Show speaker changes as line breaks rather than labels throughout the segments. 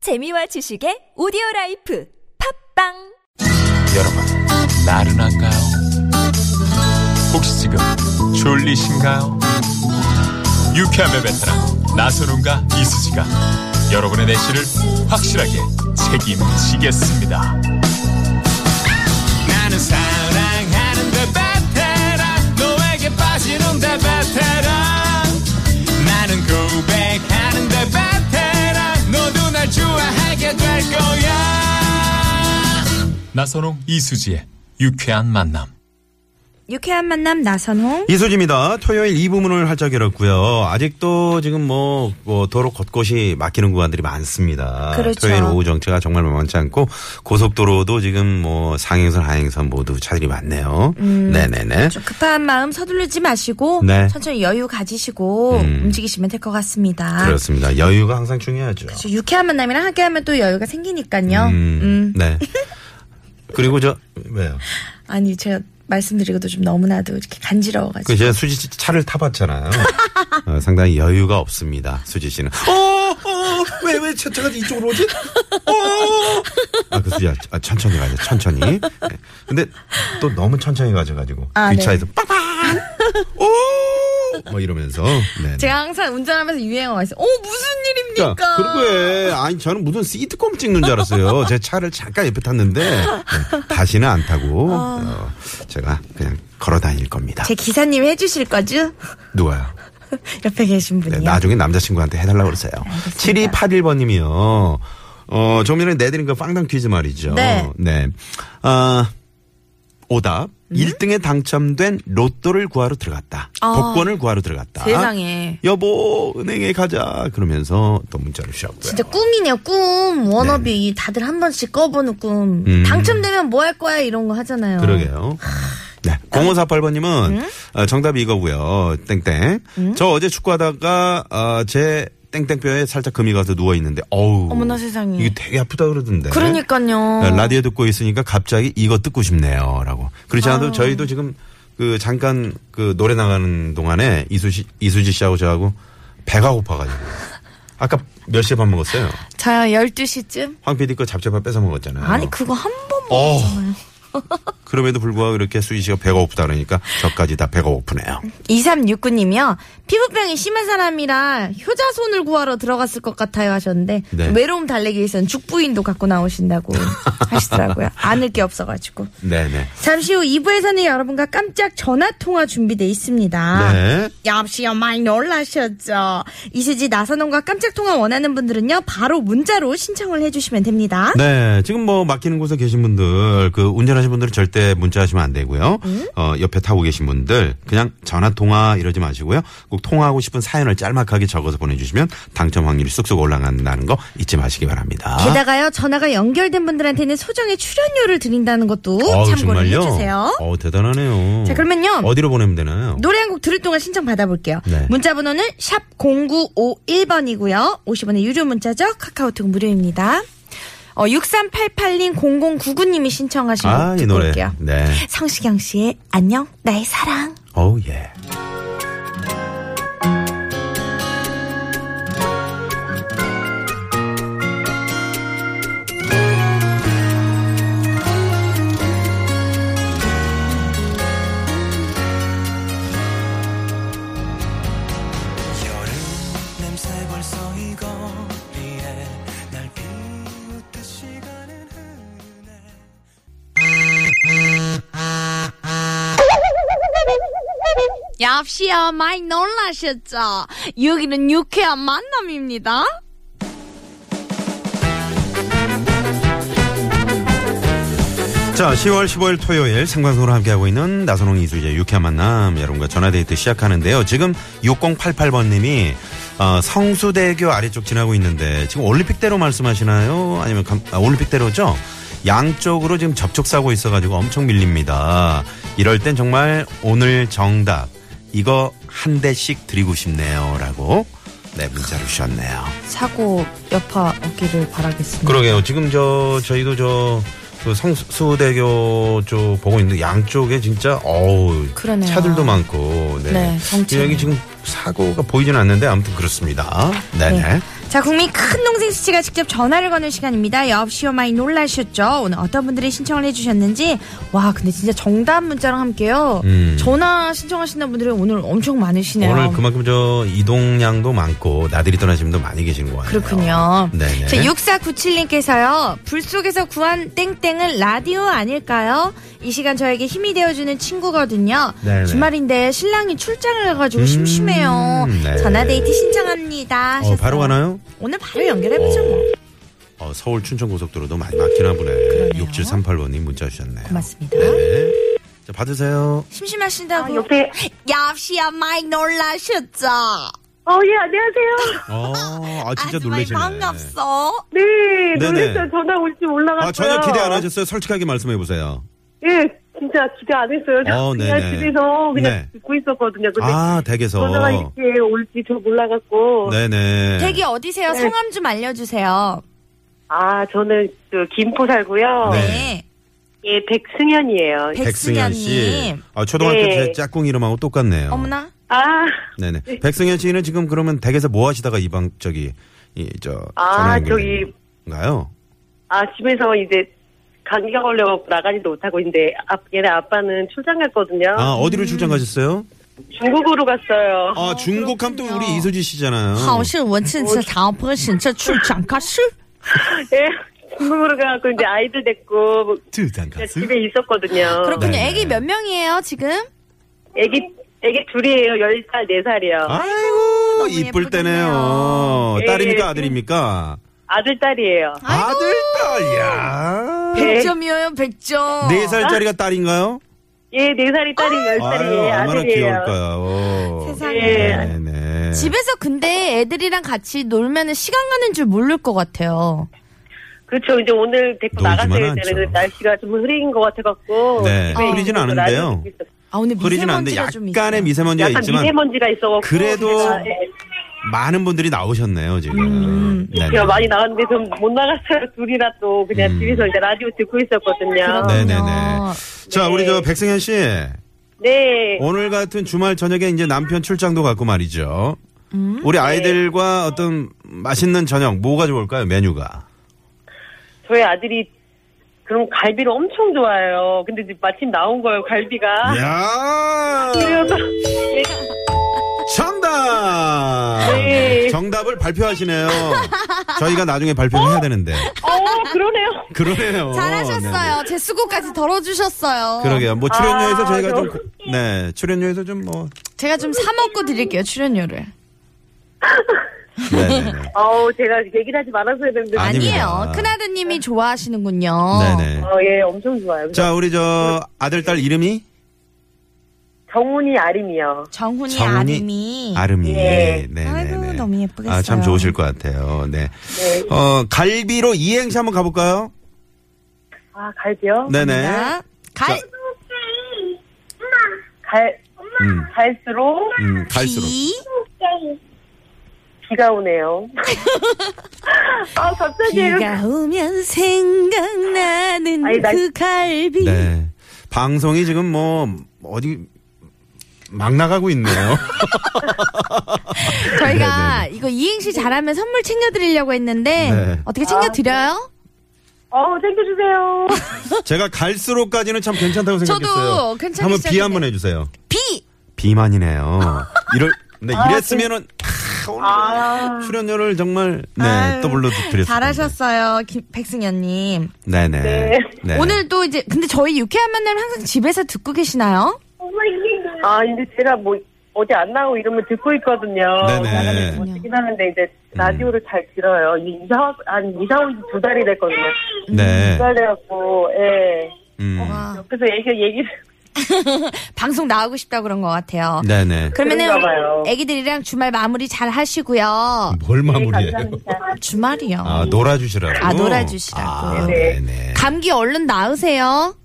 재미와 지식의 오디오 라이프 팝빵
여러분, 나른한가요? 혹시 지금 졸리신가요? 유쾌함의 베테랑 나선웅과 이수지가 여러분의 내실을 확실하게 책임지겠습니다. 나는 사랑하는데 베테랑 너에게 빠지는데 베테랑 나는 고백하는데 베테랑 너도 날 좋아하게 될 거야. 나선홍 이수지의 유쾌한 만남.
유쾌한 만남 나선홍.
이수지입니다. 토요일 이 부문을 활짝 열었고요. 아직도 지금 뭐, 뭐 도로 곳곳이 막히는 구간들이 많습니다.
그렇죠.
토요일 오후 정체가 정말 만만치 않고 고속도로도 지금 뭐 상행선, 하행선 모두 차들이 많네요.
음,
네네네.
좀 급한 마음 서두르지 마시고
네. 음.
천천히 여유 가지시고 움직이시면 될 것 같습니다.
그렇습니다. 여유가 항상 중요하죠.
저 유쾌한 만남이랑 함께하면 또 여유가 생기니까요.
음, 네. 그리고 저 왜요?
아니 제가 말씀드리고도 좀 너무나도 이렇게 간지러워가지고.
그 제가 수지 씨 차를 타봤잖아요. 어, 상당히 여유가 없습니다. 수지 씨는. 어, 어왜왜 차 차가 이쪽으로 오지? 어. 아그 수지야 아, 천천히 가자 천천히. 네. 근데 또 너무 천천히 가져가지고
아,
이
네.
차에서 빠밤 오뭐 이러면서. 네.
제가 항상 운전하면서 유행어가 있어요. 오 무슨 일입니까?
그러니까 그런 거에 아니 저는 무슨 시트콤 찍는 줄 알았어요. 제 차를 잠깐 옆에 탔는데 네, 다시는 안 타고 어, 제가 그냥 걸어 다닐 겁니다.
아. 제 기사님 해주실 거죠?
누가요?
옆에 계신 분이요.
네, 나중에 남자친구한테 해달라고 그러세요.
아,
7281번님이요. 어, 조금 전에 내드린 그 빵당 퀴즈 말이죠.
네.
네. 아, 오답. 1등에 당첨된 로또를 구하러 들어갔다.
네. 아.
복권을 구하러 들어갔다.
세상에.
여보, 은행에 가자. 그러면서 또 문자를 주셨고요.
진짜 꿈이네요, 꿈. 워너비. 다들 한 번씩 꺼보는 꿈.
네. 음.
당첨되면 뭐 할 거야? 이런 거 하잖아요.
그러게요. 네. 0548번님은 어, 정답이 이거고요. 땡땡. 저 어제 축구하다가 어, 제 땡땡뼈에 살짝 금이 가서 누워 있는데 어우.
어머나 세상에.
이게 되게 아프다 그러던데.
그러니까요.
네, 라디오 듣고 있으니까 갑자기 이거 듣고 싶네요라고. 그렇지 않아도 저희도 지금 그 잠깐 그 노래 나가는 동안에 이수지 이수지 씨하고 저하고 배가 고파가지고 아까 몇 시에 밥 먹었어요?
자, 12시쯤?
황 PD 거 잡채밥 뺏어 먹었잖아요.
아니, 그거 한 번. 먹-
어. 그럼에도 불구하고 이렇게 수지 씨가 배가 고프다 그러니까 저까지 다 배가 고프네요.
2369님이요. 피부병이 심한 사람이라 효자손을 구하러 들어갔을 것 같아요 하셨는데,
네.
외로움 달래기에서는 죽부인도 갖고 나오신다고 하시더라고요. 안을 게 없어가지고.
네네.
잠시 후 2부에서는 여러분과 깜짝 전화통화 준비돼 있습니다.
네.
역시요 많이 놀라셨죠. 이수지 나선홍과 깜짝 통화 원하는 분들은요 바로 문자로 신청을 해주시면 됩니다.
네, 지금 뭐 막히는 곳에 계신 분들, 그 운전하시는 분들은 절대 문자하시면 안 되고요.
네.
어, 옆에 타고 계신 분들 그냥 전화 통화 이러지 마시고요. 꼭 통화하고 싶은 사연을 짤막하게 적어서 보내주시면 당첨 확률이 쑥쑥 올라간다는 거 잊지 마시기 바랍니다.
게다가요 전화가 연결된 분들한테는 소정의 출연료를 드린다는 것도
어우,
참고를
정말요?
해주세요.
어우, 대단하네요.
자, 그러면요.
어디로 보내면 되나요?
노래 한 곡 들을 동안 신청 받아볼게요.
네.
문자 번호는 샵 0951번이고요. 50원의 유료 문자죠. 카카오톡 무료입니다. 어, 6388님 0099님이 신청하신 곡
아, 이
듣고
노래.
올게요.
네.
성시경 씨의 안녕 나의 사랑
어우, 예.
여름 냄새 벌써 이 거리에 날 비웃듯 시간은 흐르네
역시요 많이 놀라셨죠 여기는 유쾌한 만남입니다
자, 10월 15일 토요일 생방송으로 함께하고 있는 나선홍 이수재 유쾌한 만남 여러분과 전화데이트 시작하는데요. 지금 6088번님이 어, 성수대교 아래쪽 지나고 있는데 지금 올림픽대로 말씀하시나요? 아니면 감- 아, 올림픽대로죠? 양쪽으로 지금 접촉사고 있어가지고 엄청 밀립니다. 이럴 땐 정말 오늘 정답 이거 한 대씩 드리고 싶네요라고 네 문자를 주셨네요.
사고 여파 없기를 바라겠습니다
그러게요. 지금 저 저희도 저그 성수대교 쪽 보고 있는데 양쪽에 진짜 어우
그러네요.
차들도 많고 네.
네, 정체.
여기 지금 사고가 보이진 않는데 아무튼 그렇습니다. 네네.
네. 자, 국민 큰 동생 수치가 직접 전화를 거는 시간입니다. 여보시오 많이 놀라셨죠? 오늘 어떤 분들이 신청을 해주셨는지. 와, 근데 진짜 정답 문자랑 함께요.
음.
전화 신청하시는 분들이 오늘 엄청 많으시네요.
오늘 그만큼 저 이동량도 많고 나들이 떠나시는 분도 많이 계신 것 같아요.
그렇군요.
네네. 어,
자, 6497님께서요. 불 속에서 구한 땡땡은 라디오 아닐까요? 이 시간 저에게 힘이 되어주는 친구거든요.
네네.
주말인데 신랑이 출장을 가가지고 심심해요.
네.
전화데이트 신청합니다.
어,
하셨어요.
바로 가나요?
오늘 바로 연결해보죠. 뭐.
어, 서울 춘천 고속도로도 많이 막히나 보네. 6738번님 문자 주셨네요.
고맙습니다.
네네. 자, 받으세요.
심심하신다고.
아, 옆에
역시야 많이 놀라셨죠?
어 예 안녕하세요.
어, 아, 진짜
아주 많이
놀라시네.
반갑소.
네
네네.
놀랬어요 전화 올 줄 몰라가지고.
아, 전혀 기대 안 하셨어요? 솔직하게 말씀해 보세요.
예 진짜 기대 안 했어요.
어,
그냥
네네.
집에서 그냥
네.
듣고 있었거든요. 근데
아, 댁에서.
전화가 이렇게 올지 저 몰라갖고.
네네.
댁이 어디세요?
네.
성함 좀 알려주세요.
아 저는 그 김포 살고요.
네.
예 백승현이에요.
백승현 씨.
백승현님.
아, 초등학교
네.
때 짝꿍 이름하고 똑같네요.
어머나.
아.
네네. 백승현 씨는 지금 그러면 댁에서 뭐 하시다가 이방 저기 이저
아, 저기-
가요?
아 집에서 이제 감기가 걸려갖고 나가지도 못하고 있는데 아, 얘네 아빠는 출장 갔거든요.
아 어디로 출장 가셨어요?
중국으로 갔어요.
아 중국 하면 또 우리 이수지 씨잖아요.
어. 好是文庆次，长坡是这去长卡市。
예 중국으로 가갖고 이제 아이들 데리고
출장
그냥
갔어요?
집에 있었거든요.
그렇군요.
네.
애기 몇 명이에요 지금?
애기 애기 둘이에요. 10살, 4살이요.
아이고
너무
이쁠
예쁘겠네요.
때네요.
예,
딸입니까
예.
아들입니까?
아, 들 딸이에요.
아들 딸이야.
네.
100점이에요 100점.
네 살짜리가 딸인가요?
예, 4살이 딸이
아유
10살이에요. 예.
얼마나
네, 아들이에요.
귀여울까요.
세상에.
네네.
집에서 근데 애들이랑 같이 놀면은 시간 가는 줄 모를 것 같아요.
그렇죠. 이제 오늘 데리고
놀지만
나갔어야
않죠.
되는데 날씨가 좀 흐린 것 같아갖고.
네,
집에
흐리진
있어서
않은데요.
라디오 듣고 있었어요.
아 오늘
흐리진 않는데
미세먼지가 좀
약간의
있어요.
미세먼지가
약간
있지만
미세먼지가 있어갖고.
그래도
제가, 예,
많은 분들이 나오셨네요 지금. 네네.
제가 많이 나갔는데 좀 못 나갔어요. 둘이라 또 그냥
음. 아,
집에서 이제 라디오 듣고 있었거든요.
그럼.
네네네. 자,
네.
우리 저 백승현 씨.
네.
오늘 같은 주말 저녁에 이제 남편 출장도 갔고 말이죠.
음?
우리
네.
아이들과 어떤 맛있는 저녁 뭐가 좋을까요? 메뉴가.
저희 아들이 그럼 갈비를 엄청 좋아해요. 근데 이제 마침 나온 거예요, 갈비가.
야!
그래서
정답!
네.
정답을 발표하시네요. 저희가 나중에 발표를 해야 되는데.
어, 그러네요.
그러네요. 네, 네.
잘하셨어요. 제 수고까지 덜어주셨어요.
그러게요. 뭐 출연료에서
아,
저희가
너무-
좀 네, 출연료에서 좀 뭐
제가 좀 사 먹고 드릴게요 출연료를.
네, 네, 네.
어우, 제가 얘기를 하지 말았어야 되는데.
아니. 아닙니다.
아니에요. 큰아드님이 좋아하시는군요.
네, 네.
어, 예, 엄청 좋아요.
자, 우리 저 아들 딸 이름이
정훈이 아림이요.
정훈이
정훈이
아름이.
아름이.
예.
네,
아이고,
네, 네.
너무 예쁘겠어요.
아, 참 좋으실 것 같아요. 네.
네.
어, 갈비로 이행시 한번 가볼까요?
아, 갈비요?
네네.
자, 갈
자,
갈,
음,
갈수록
음, 갈수록.
비.
비가 오네요. 아, 갑자기. 이렇게-
비가 오면 생각나는
아니, 날-
그 갈비.
네. 방송이 지금 뭐, 어디, 막 나가고 있네요.
저희가 이거 이행시 잘하면 선물 챙겨드리려고 했는데
네.
어떻게 챙겨드려요?
어, 챙겨주세요.
제가 갈수록까지는 참 괜찮다고
저도
생각했어요.
괜찮기
한번 비
시작했네요.
한번 해주세요.
비.
비만이네요. 이럴, 네, 이랬으면은, 아, 오늘
아,
출연료를 정말, 네,
아유,
또 불러드렸어요.
잘하셨어요, 김- 백승현님.
네네.
네.
네.
오늘 또 이제 근데 저희 유쾌한 만남 항상 집에서 듣고 계시나요?
아, 이제 제가 뭐, 어디 안 나오고 이러면 듣고 있거든요.
네네. 음.
나가면서 뭐 듣긴 하는데, 이제 라디오를 잘 들어요. 이- 이사, 한 이사 온지두 달이 됐거든요.
네.
두 달 돼갖고, 예.
음.
옆에서 얘기, 얘기를.
아, 방송 나오고 싶다 그런 것 같아요.
네네.
그러면은
그런가 봐요.
애기들이랑 주말 마무리 잘 하시고요.
뭘 아, 마무리해요?
네, 감사합니다.
주말이요.
아, 놀아주시라고.
네. 아, 놀아주시라고.
아,
네네.
네네.
감기 얼른 나으세요.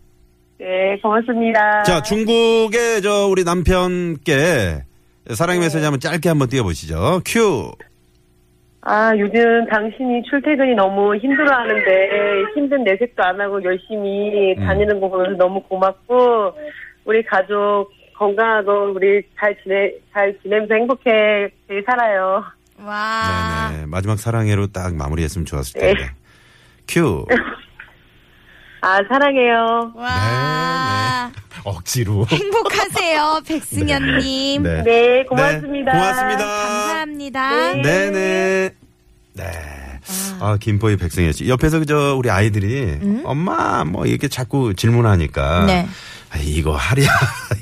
네, 고맙습니다.
자, 중국의 저 우리 남편께
네.
사랑의 메시지 한번 짧게 한번 띄워보시죠. 큐.
아, 요즘 당신이 출퇴근이 너무 힘들어 하는데, 힘든 내색도 안 하고 열심히
음.
다니는 거 보면서 너무 고맙고, 우리 가족 건강하고, 우리 잘 지내, 잘 지내면서 행복해, 잘 살아요.
와.
네네. 마지막 사랑해로 딱 마무리했으면 좋았을
네.
텐데. 큐.
아, 사랑해요.
네.
와.
억지로.
행복하세요, 백승현님.
네.
네, 고맙습니다.
네, 고맙습니다.
감사합니다.
네.
네네. 네. 아, 김포의 백승현 씨. 옆에서 그저 우리 아이들이 엄마 뭐 이렇게 자꾸 질문하니까.
음? 네.
아, 이거 하랴.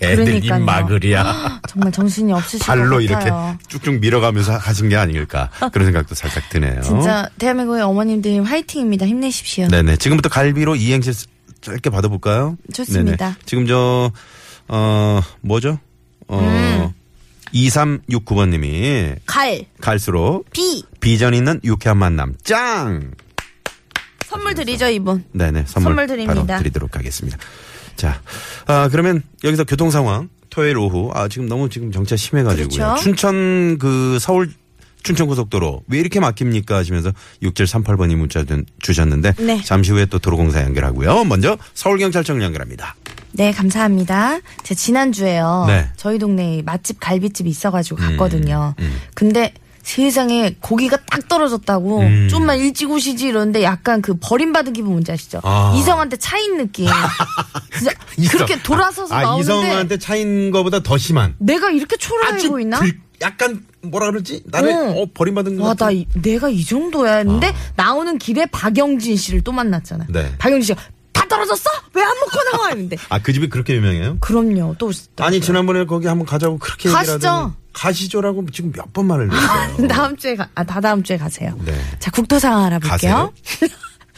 애들 입
그러니까요. 아,
막으랴.
정말 정신이 없으실
발로
것
이렇게
같아요.
쭉쭉 밀어가면서 하신 게 아닐까. 그런 생각도 살짝 드네요.
진짜 대한민국의 어머님들 화이팅입니다. 힘내십시오.
어? 네네. 지금부터 갈비로 이행시 짧게 받아볼까요?
좋습니다.
네네. 지금 저, 어, 뭐죠? 어,
음.
2369번님이
갈,
갈수록
비
비전 있는 유쾌한 만남 짱!
선물 드리죠 이분.
네네. 선물,
선물 드립니다.
바로 드리도록 하겠습니다. 자, 아, 그러면 여기서 교통 상황 토요일 오후 아 지금 너무 지금 정체 심해가지고요.
그렇죠.
춘천 그 서울 춘천 고속도로 왜 이렇게 막힙니까 하시면서 6738번이 문자 주- 주셨는데
네.
잠시 후에 또 도로공사 연결하고요. 먼저 서울경찰청 연결합니다.
네 감사합니다. 제 지난 주에요.
네.
저희 동네에 맛집 갈비집이 있어가지고 갔거든요.
음,
근데 세상에 고기가 딱 떨어졌다고
음.
좀만 일찍 오시지 이러는데 약간 그 버림받은 기분 뭔지 아시죠?
아.
이성한테 차인 느낌. 진짜 그렇게 돌아서서
아,
나오는데
이성한테 차인 거보다 더 심한
내가 이렇게 초라해 보이나?
들- 약간 뭐라 그러지 나를
응.
어, 버림받은 것
와, 나,
같은
이- 내가 이 정도야 했는데, 나오는 길에 박영진 씨를 또 만났잖아요.
아. 네.
박영진 씨가, 다 떨어졌어? 왜 안 먹고 나와? 했는데.
아그 집이 그렇게 유명해요?
그럼요, 또.
네. 아니 지난번에 거기 한번 가자고 그렇게
가시죠.
얘기라더니 가시죠라고 지금 몇 번 말을 했어요.
다음 주에, 가, 아, 다 다음 주에 가세요.
네.
자, 국토 상황 알아볼게요.
가세요?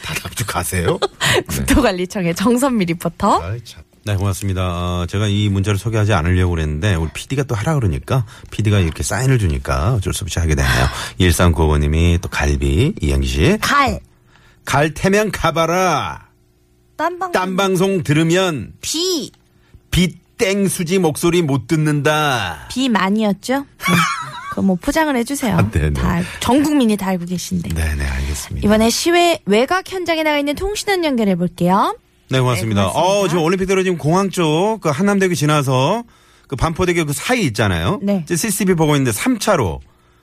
다 다음 주 아, 가세요?
국토관리청의 정선미 리포터.
아이, 참. 네, 고맙습니다. 어, 제가 이 문자를 소개하지 않으려고 그랬는데, 우리 PD가 또 하라 그러니까, PD가 이렇게 사인을 주니까 어쩔 수 없이 하게 되네요. 1395번님이 또 갈비, 이행시.
갈,
갈 테면 가봐라!
딴방,
딴 방송 들으면,
비,
비땡 수지 목소리 못 듣는다.
비 많이였죠? 네. 그거 뭐 포장을 해주세요.
아, 네, 네.
다 알- 전 국민이 다 알고 계신데.
네네, 알겠습니다.
이번에 시외 외곽 현장에 나가 있는 통신원 연결해 볼게요.
네, 고맙습니다.
네, 고맙습니다.
어, 지금 올림픽대로 지금 공항 쪽 그 한남대교 지나서 그 반포대교 그 사이 있잖아요.
네.
이제 CCTV 보고 있는데 3차로.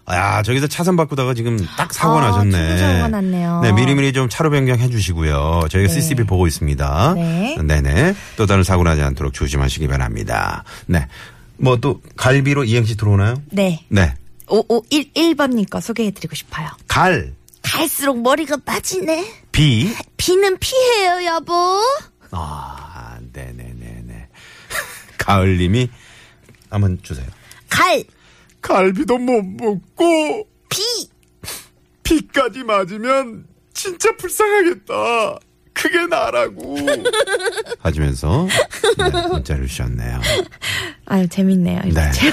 야, 저기서 차선 바꾸다가 지금 딱 사고
아,
나셨네.
진짜 사고가 났네요.
네, 미리미리 좀 차로 변경해 주시고요. 저희가 CCTV 보고 있습니다.
네.
네또 다른 사고 나지 않도록 조심하시기 바랍니다. 네. 뭐 또 갈비로 이행시 들어오나요?
네.
네.
5511번님 거 소개해드리고 싶어요.
갈,
갈수록 머리가 빠지네.
비.
비는 피해요, 여보.
아, 네네네네. 가을님이 한번 주세요.
갈,
갈비도 못 먹고
비.
비까지 맞으면 진짜 불쌍하겠다. 그게 나라고. 하시면서 네, 문자를 주셨네요.
아유, 재밌네요. 이렇게
네.
재-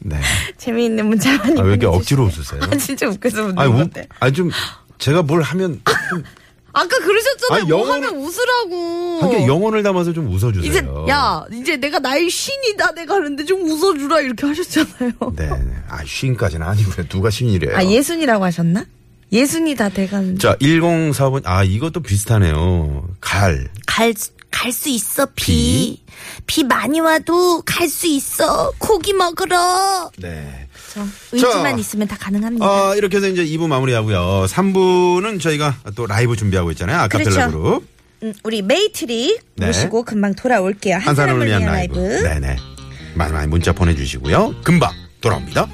네.
재미있는 문자 많이
아, 왜 이렇게
보내주시-
억지로 웃으세요?
아, 진짜 네. 웃겨서 웃는
아니, 우,
건데.
아니 좀 제가 뭘 하면 좀
아까 그러셨잖아요.
아니,
뭐
영어는-
하면 웃으라고.
하게 영혼을 담아서 좀 웃어주세요.
어. 이제, 야, 이제 내가 나의 신이다. 내가 하는데 좀 웃어주라. 이렇게 하셨잖아요.
네. 네. 아 쉰까지는 아니고요. 누가 쉰이래요?
아, 예순이라고 하셨나? 예순이 다 돼가는.
자 104번 아 이것도 비슷하네요. 갈
갈, 갈 수 있어, 비. 비 많이 와도 갈 수 있어. 고기 먹으러.
네.
의지만
자.
있으면 다 가능합니다.
어, 이렇게 해서 이제 2부 마무리하고요. 3부는 저희가 또 라이브 준비하고 있잖아요. 아카펠라
그렇죠.
그룹.
음, 우리 메이트리
네.
모시고 금방 돌아올게요. 한,
한 사람을 위한 라이브. 네네. 많이 많이 문자 보내주시고요. 금방 돌아옵니다.